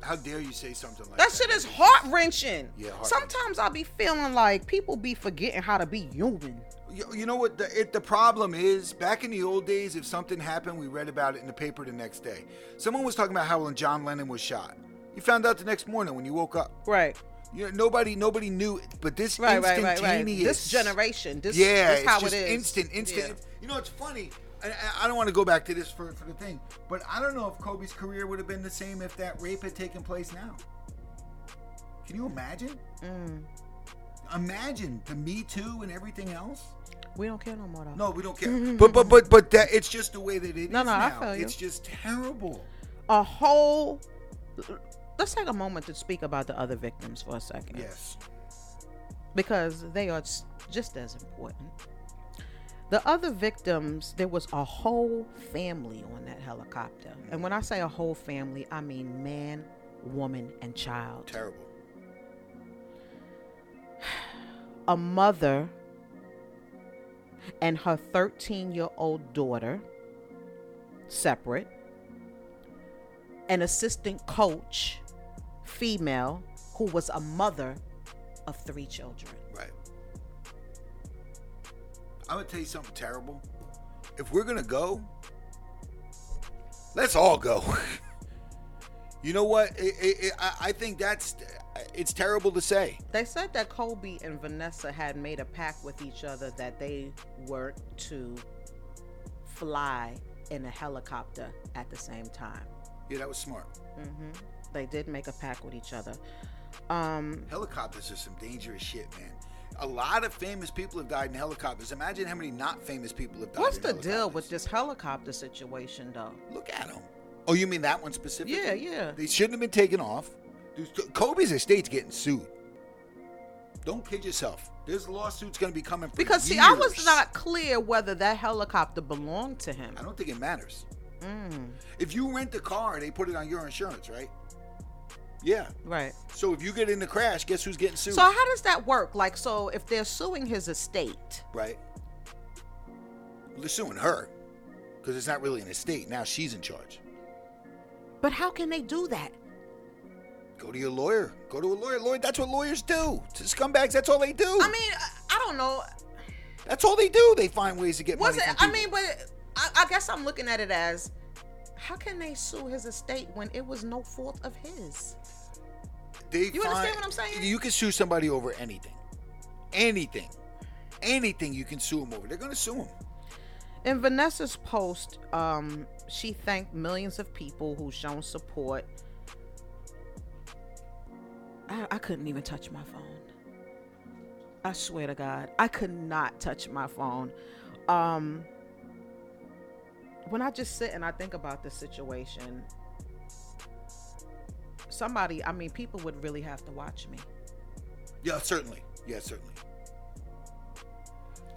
How dare you say something like
that
that?
shit is heart wrenching.
Yeah, heart-wrenching.
Sometimes I'll be feeling like people be forgetting how to be human.
You, you know what? The, it, the problem is, back in the old days, if something happened, we read about it in the paper the next day. Someone was talking about how when John Lennon was shot. You found out the next morning when you woke up.
Right.
You know, nobody, nobody knew. But this
Right, right,
instantaneous,
right, right. This generation, this,
yeah,
this
it's
how
just
it is.
instant, instant.
Yeah.
You know, it's funny. I, I- I don't want to go back to this for, for the thing, but I don't know if Kobe's career would have been the same if that rape had taken place now. Can you imagine?
Mm.
Imagine the Me Too and everything else.
We don't care no more though.
No, we don't care. but but but but that it's just the way that it is
No, no, I
now.
feel you.
It's just terrible.
a whole let's take a moment to speak about the other victims for a second
Yes.
because they are s- just as important the other victims there was a whole family on that helicopter and when i say a whole family i mean man woman and child
Terrible.
a mother and her 13 year old daughter separate an assistant coach female who was a mother of three children
Right. I'm gonna tell you something terrible. If we're gonna go, let's all go. you know what? It, it, it, I, I think that's it's terrible to say.
They said that Kobe and Vanessa had made a pact with each other that they were to fly in a helicopter at the same time.
Yeah, that was smart.
They did make a pact with each other. Um,
Helicopters are some dangerous shit, man. A lot of famous people have died in helicopters. Imagine how many not famous people have died.
what's
in
the deal
helicopters.
with this helicopter situation, though?
Look at them. Oh, you mean that one specifically?
Yeah, yeah.
They shouldn't have been taken off. Dude, Kobe's estate's getting sued. Don't kid yourself. There's lawsuits going to be coming. For
Because see, I was
years.
not clear whether that helicopter belonged to him. Mm,
I don't think it matters. If you rent the car, they put it on your insurance, right? Yeah.
Right.
So if you get in the crash, guess who's getting sued?
So how does that work? Like, so if they're suing his estate,
right? They're suing her because it's not really an estate. Now she's in charge.
but how can they do that?
Go to your lawyer. Go to a lawyer. Lawyer. That's what lawyers do. To scumbags. That's all they do.
I mean, I- I don't know.
that's all they do. They find ways to get
Was it?
money. from
I mean,
people.
but I, I guess I'm looking at it as, how can they sue his estate when it was no fault of his?
They
you understand
find-
what I'm saying?
You can sue somebody over anything, anything, anything. You can sue them over. They're gonna sue them.
In Vanessa's post, um, she thanked millions of people who shown support. I, I couldn't even touch my phone. I swear to God, I could not touch my phone. Um, when I just sit and I think about this situation, somebody, I mean, people would really have to watch me.
Yeah, certainly. Yeah, certainly.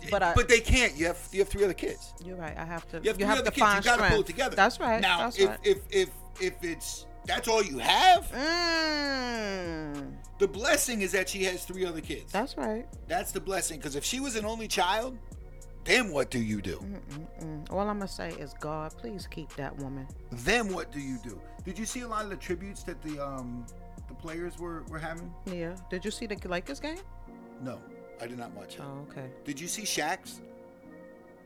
But I-
but they can't. You have you have three other kids.
You're right. I have to.
You have three other
to
kids. You
find
gotta pull
strength.
it together.
That's right.
Now,
that's
if,
right.
if if if it's that's all you have,
mm,
the blessing is that she has three other kids.
that's right.
That's the blessing. Because if she was an only child, then what do you do?
Mm-mm. Mm. All I'm gonna say is, God, please keep that woman.
Then what do you do? Did you see a lot of the tributes that the um the players were were having?
Yeah. Did you see the Lakers game?
No, I did not watch it.
Oh, okay.
Did you see Shaq's?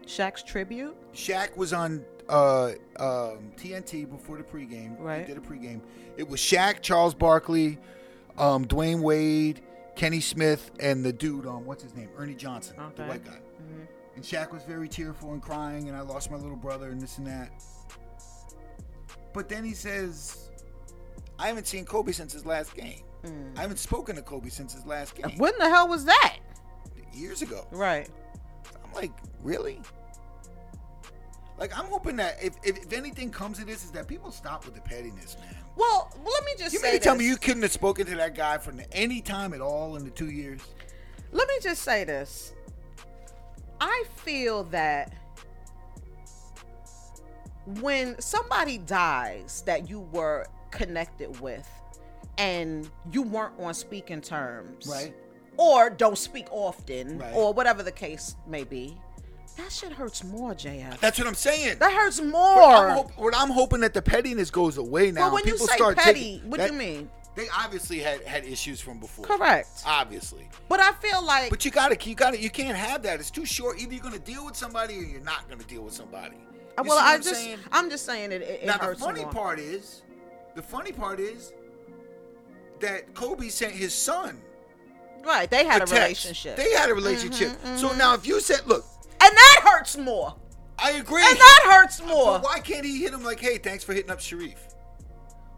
Shaq's tribute.
Shaq was on uh, um, TNT before the pregame.
Right.
He did a pregame. It was Shaq, Charles Barkley, um, Dwayne Wade, Kenny Smith, and the dude, um, what's his name? Ernie Johnson, the
Okay. Mm-hmm.
white guy. And Shaq was very tearful and crying, and I lost my little brother, and this and that. But then he says, I haven't seen Kobe since his last game.
Mm.
I haven't spoken to Kobe since his last game.
When the hell was that?
Years ago.
Right.
I'm like, really? Like, I'm hoping that if, if, if anything comes of this, is that people stop with the pettiness, man.
Well, let me just
You mean
say
to tell me
this.
you couldn't have spoken to that guy from any time at all in the two years?
Let me just say this. I feel that when somebody dies that you were connected with and you weren't on speaking terms,
Right.
Or don't speak often,
Right.
or whatever the case may be, that shit hurts more, JF.
That's what I'm saying.
That hurts
I'm
more.
hop- what I'm hoping that the pettiness goes away now.
But when you
people
say
start
petty,
taking-
what
that-
do you mean?
They obviously had had issues from before.
Correct.
Obviously,
But I feel like
but you gotta, you gotta, you can't have that. It's too short. Either you're gonna deal with somebody, or you're not gonna deal with somebody. You see
Uh, well,
what
I
I'm
just
saying?
I'm just saying it. It, it
now the
hurts
funny
more.
part is, the funny part is that Kobe sent his son
right? They had a,
text.
relationship. Mm-hmm,
They had a relationship. So now if you said, look,
And that hurts more.
I agree.
And that hurts more.
But why can't he hit him like, hey, thanks for hitting up Sharif?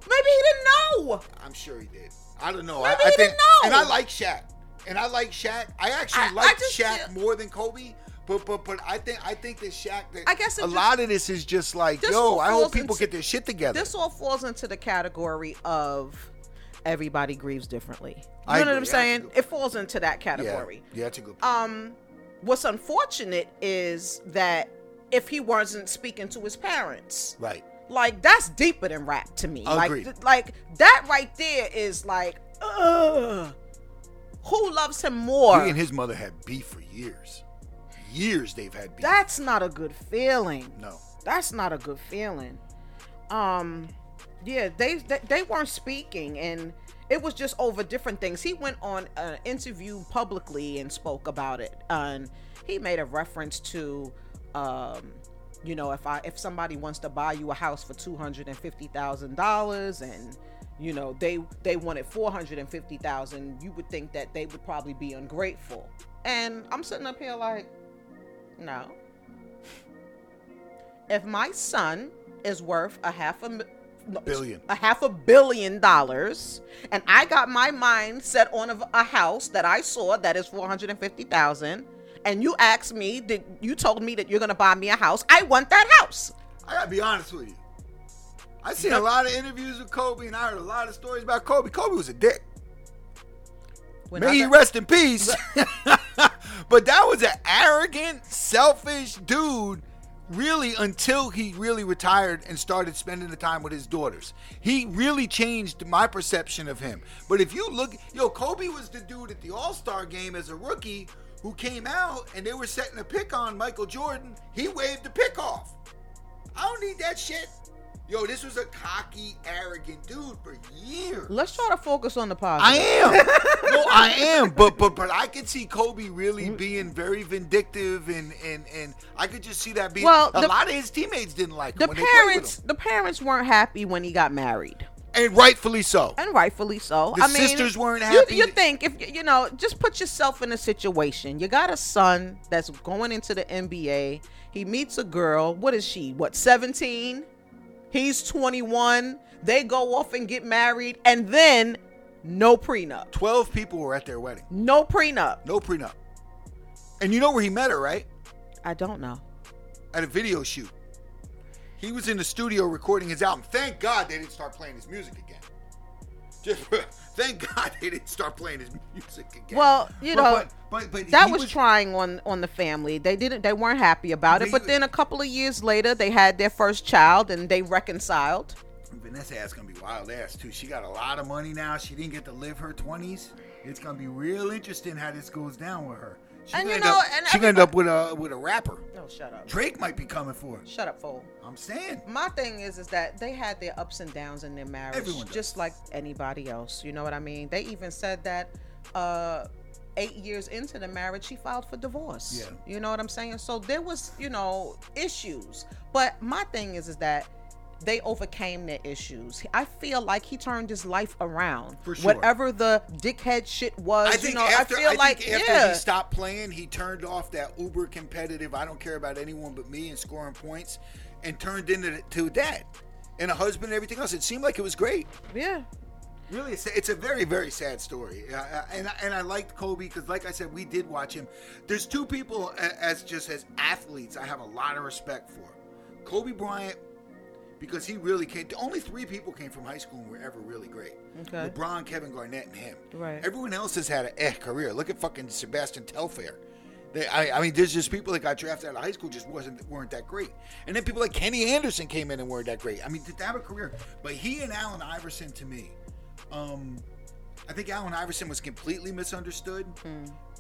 Maybe he didn't know.
I'm sure he did. I don't know.
Maybe
I, I
he
think,
didn't know.
And I like Shaq. And I like Shaq. I actually
I- I
like
just
Shaq
feel-
more than Kobe. But but but I think I think that Shaq. That
I guess it
a
just-
lot of this is just like,
This
yo, I hope
falls
people
into-
get their shit together.
This all falls into the category of everybody grieves differently. You
I
know what I'm
agree.
saying?
Absolutely.
It falls into that
yeah,
category.
yeah, that's a good. Point.
Um, what's unfortunate is that if he wasn't speaking to his parents,
right.
like that's deeper than rap to me. Like,
Agreed.
th- like that right there is like, ugh. Who loves him more?
He and his mother had beef for years. Years they've had beef.
That's not a good feeling.
no.
that's not a good feeling um yeah they they, they weren't speaking and it was just over different things he went on an interview publicly and spoke about it and he made a reference to um you know if i if somebody wants to buy you a house for $250000 and you know they they wanted 450,000 you would think that they would probably be ungrateful and i'm sitting up here like no if my son is worth a half a mi- no,
Billion.
a half a billion dollars and i got my mind set on a, a house that i saw that is 450,000 and you asked me that you told me that you're going to buy me a house i want that house
I gotta be honest with you. I seen a lot of interviews with Kobe, and I heard a lot of stories about Kobe. Kobe was a dick.
When I
May he
got-
rest in peace. but that was an arrogant, selfish dude, really, until he really retired and started spending the time with his daughters. He really changed my perception of him. But if you look, yo, Kobe was the dude at the All Star game as a rookie who came out and they were setting a pick on Michael Jordan. He waved the pick off. I don't need that shit. Yo, this was a cocky, arrogant dude for years.
let's try to focus on the positive
I am. no, I am. But but but I could see Kobe really
Mm.
being very vindictive and and and I could just see that being.
Well,
a
the-
lot of his teammates didn't like him
the
when they played
parents
with
the parents weren't happy when he got married
him, and rightfully so.
and rightfully so
The
i mean
sisters weren't
you-
happy
you,
that-
think if y- you know just put yourself in a situation you got a son that's going into the nba he meets a girl what is she what 17 he's 21 they go off and get married and then no prenup
Twelve people were at their wedding.
no prenup
No prenup. And you know where he met her, right?
i don't know
At a video shoot. He was in the studio recording his album. Thank God they didn't start playing his music again. Just, thank God they didn't start playing his music again.
Well, you
But-
know,
but, but, but
that
he
was, trying on on the family they didn't they weren't happy about it
They-
but then a couple of years later they had their first child and they reconciled
Vanessa ass gonna be wild ass too. She got a lot of money now. She didn't get to live her twenties. It's gonna be real interesting how this goes down with her. She
And
gonna
you
end
know,
up,
and
she gonna end up with a with a rapper.
no shut up
Drake might be coming for her.
shut up fool
I'm saying.
my thing is is that they had their ups and downs in their marriage
Everyone does.
just like anybody else you know what i mean they even said that uh eight years into the marriage she filed for divorce
Yeah.
you know what i'm saying so there was you know issues but my thing is is that they overcame their issues i feel like he turned his life around
For sure.
whatever the dickhead shit was
I think
you know
after
i feel like
think after
yeah
he stopped playing, he turned off that uber competitive. I don't care about anyone but me and scoring points, and turned into to that and a husband and everything else. It seemed like it was great.
yeah
really it's, it's a very very sad story Uh, uh, and, I- and i liked kobe because like i said we did watch him there's two people a- as just as athletes i have a lot of respect for kobe bryant because he really came only three people came from high school and were ever really great
Okay.
lebron kevin garnett and him
Right.
everyone else has had an eh career look at fucking sebastian telfair they, I, I mean, there's just people that got drafted out of high school just wasn't weren't that great, and then people like Kenny Anderson came in and weren't that great. I mean, did they have a career? But he and Allen Iverson, to me, um, I think Allen Iverson was completely misunderstood.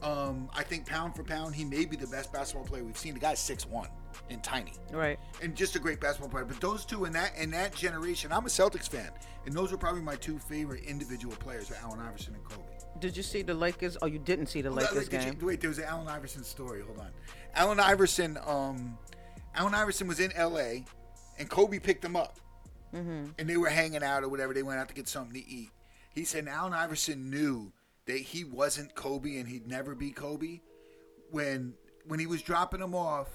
Um, I think pound for pound, he may be the best basketball player we've seen. The guy's six one and tiny,
right
and just a great basketball player. But those two in that in that generation, I'm a Celtics fan, and those are probably my two favorite individual players: are Allen Iverson and Kobe.
Did you see the Lakers? Oh, you didn't see the
Hold on,
Lakers
wait, did you-
game.
wait, there was an Allen Iverson story. Hold on. Allen Iverson, um, Allen Iverson was in L.A. and Kobe picked him up,
Mm-hmm.
and they were hanging out or whatever. They went out to get something to eat. He said Allen Iverson knew that he wasn't Kobe and he'd never be Kobe when when he was dropping him off.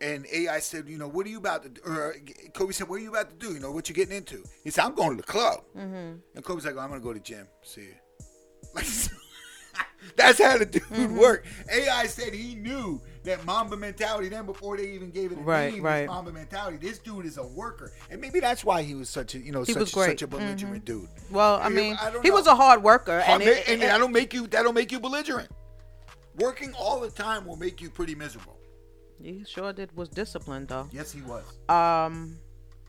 And AI said, you know, what are you about to? do? Or Kobe said, what are you about to do? You know, what you getting into? He said, I'm going to the club.
Mm-hmm.
And Kobe's like, oh, I'm gonna go to gym. See you. Like, that's how the dude
Mm-hmm.
worked. AI said he knew that Mamba mentality then before they even gave it a
Right,
name.
right.
Was Mamba mentality. This dude is a worker, and maybe that's why he was such a you know
He
such,
was great. Mm-hmm.
such a belligerent dude.
Well, I
You-
mean,
don't
he
know.
was a hard worker,
I
and,
mean,
it,
and
it-
that'll make you that'll make you belligerent. Working all the time will make you pretty miserable.
he sure did was disciplined though.
Yes, he was.
Uh,
Um,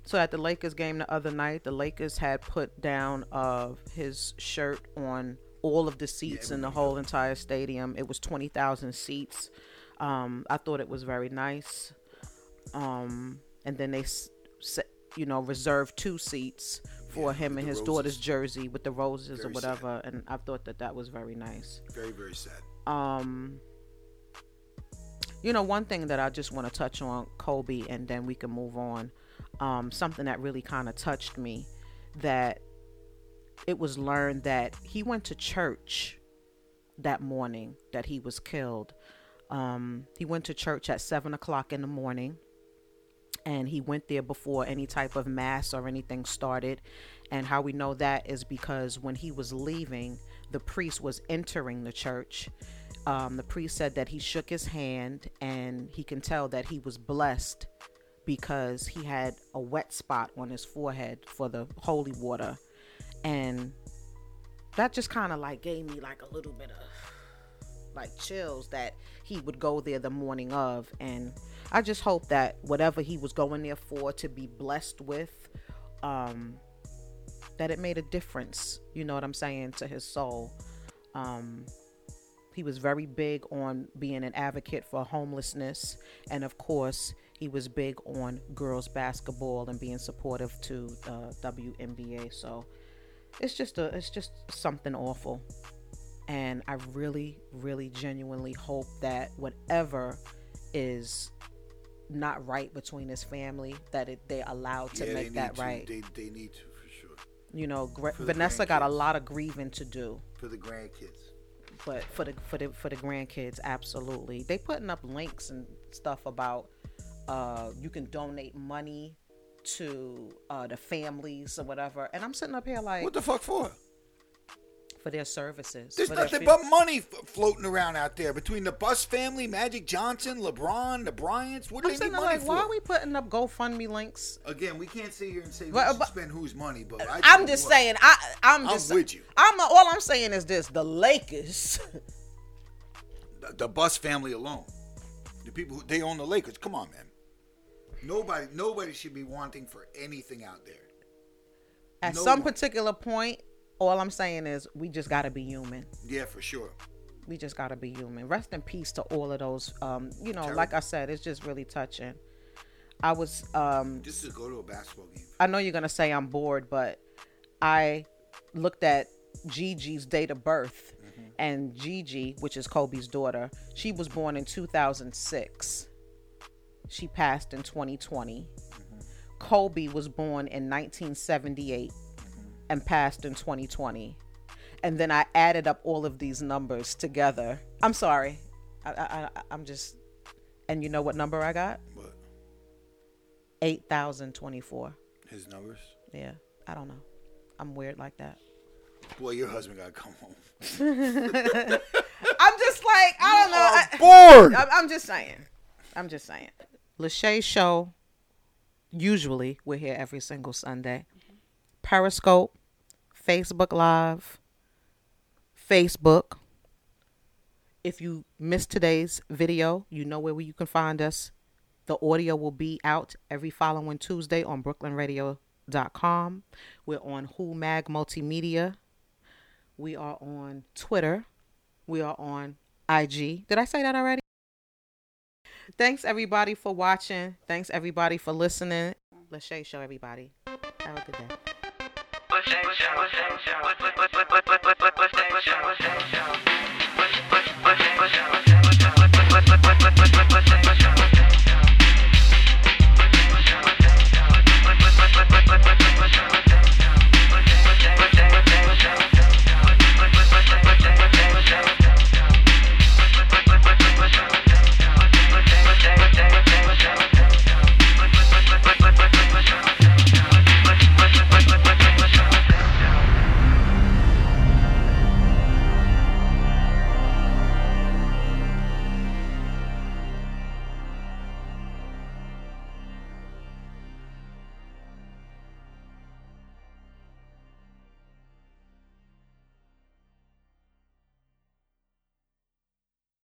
so at the Lakers game the other night, the Lakers had put down of his shirt on all of the seats in the whole entire stadium. It was twenty thousand seats. Um, I thought it was very nice. Um, and then they, s- se- you know, reserved two seats for him and
the
his
roses.
daughter's jersey with the roses or
Very sad.
whatever. And I thought that that was very nice
Very very sad.
um you know one thing that i just want to touch on kobe and then we can move on um something that really kind of touched me that
it was learned that he went to church that morning that he was killed. Um, he went to church at seven o'clock in the morning and he went there before any type of mass or anything started. And how we know that is because when he was leaving, the priest was entering the church. Um, the priest said that he shook his hand and he can tell that he was blessed because he had a wet spot on his forehead for the holy water. And that just kind of like gave me like a little bit of like chills that he would go there the morning of and i just hope that whatever he was going there for to be blessed with um that it made a difference you know what i'm saying to his soul um he was very big on being an advocate for homelessness and of course he was big on girls basketball and being supportive to uh, WNBA so it's just a it's just something awful and i really really genuinely hope that whatever is not right between his family that it, they allowed to
yeah, they
make
need
that
to.
right
They, they need to for sure
you know Gre-
for the
vanessa got a
grandkids.
lot of grieving to do
for the grandkids.
but for the for the for the grandkids absolutely they putting up links and stuff about uh you can donate money to uh the families or whatever and i'm sitting up here like
What the fuck for?
for their services
There's
for their
nothing
fu-
but money f- floating around out there between the Bus family, Magic Johnson, LeBron, the Bryants. What do
i'm
they
sitting
need
there
money
like
for?
why are we putting up gofundme links
Again, we can't sit here and say
But-
we should
but-
spend whose money, but I tell
I'm
you
just
what,
saying. I I'm
I'm
just.
with you.
I'm all I'm saying is this: the Lakers.
the, the Bus family alone, the people who they own the Lakers. Come on, man. Nobody, nobody should be wanting for anything out there.
at
No
some
one.
particular point all i'm saying is we just got to be human
Yeah, for sure.
we just gotta be human. Rest in peace to all of those. Um, you know,
Terrible.
like I said, it's just really touching. I was um
Just to go to a basketball game.
I know you're gonna say I'm bored, but I looked at Gigi's date of birth and Gigi, which is Kobe's daughter, she was born in 2006. She passed in 2020. Kobe was born in 1978 and passed in 2020. And then I added up all of these numbers together. I'm sorry. I, I, I, I'm just. And you know what number I got?
But
8,024.
his numbers.
Yeah, I don't know. I'm weird like that.
Boy, your husband gotta come home.
I'm just like I don't know. I,
Bored.
I'm- I'm just saying. I'm just saying. Lachey show. Usually, we're here every single Sunday. Periscope, Facebook Live, Facebook. If you missed today's video, you know where you can find us. The audio will be out every following Tuesday on BrooklynRadio.com. We're on Who Mag Multimedia. We are on Twitter. We are on IG. Did I say that already? Thanks everybody for watching. Thanks everybody for listening. Lachey show everybody. Have a good day.
Thank you.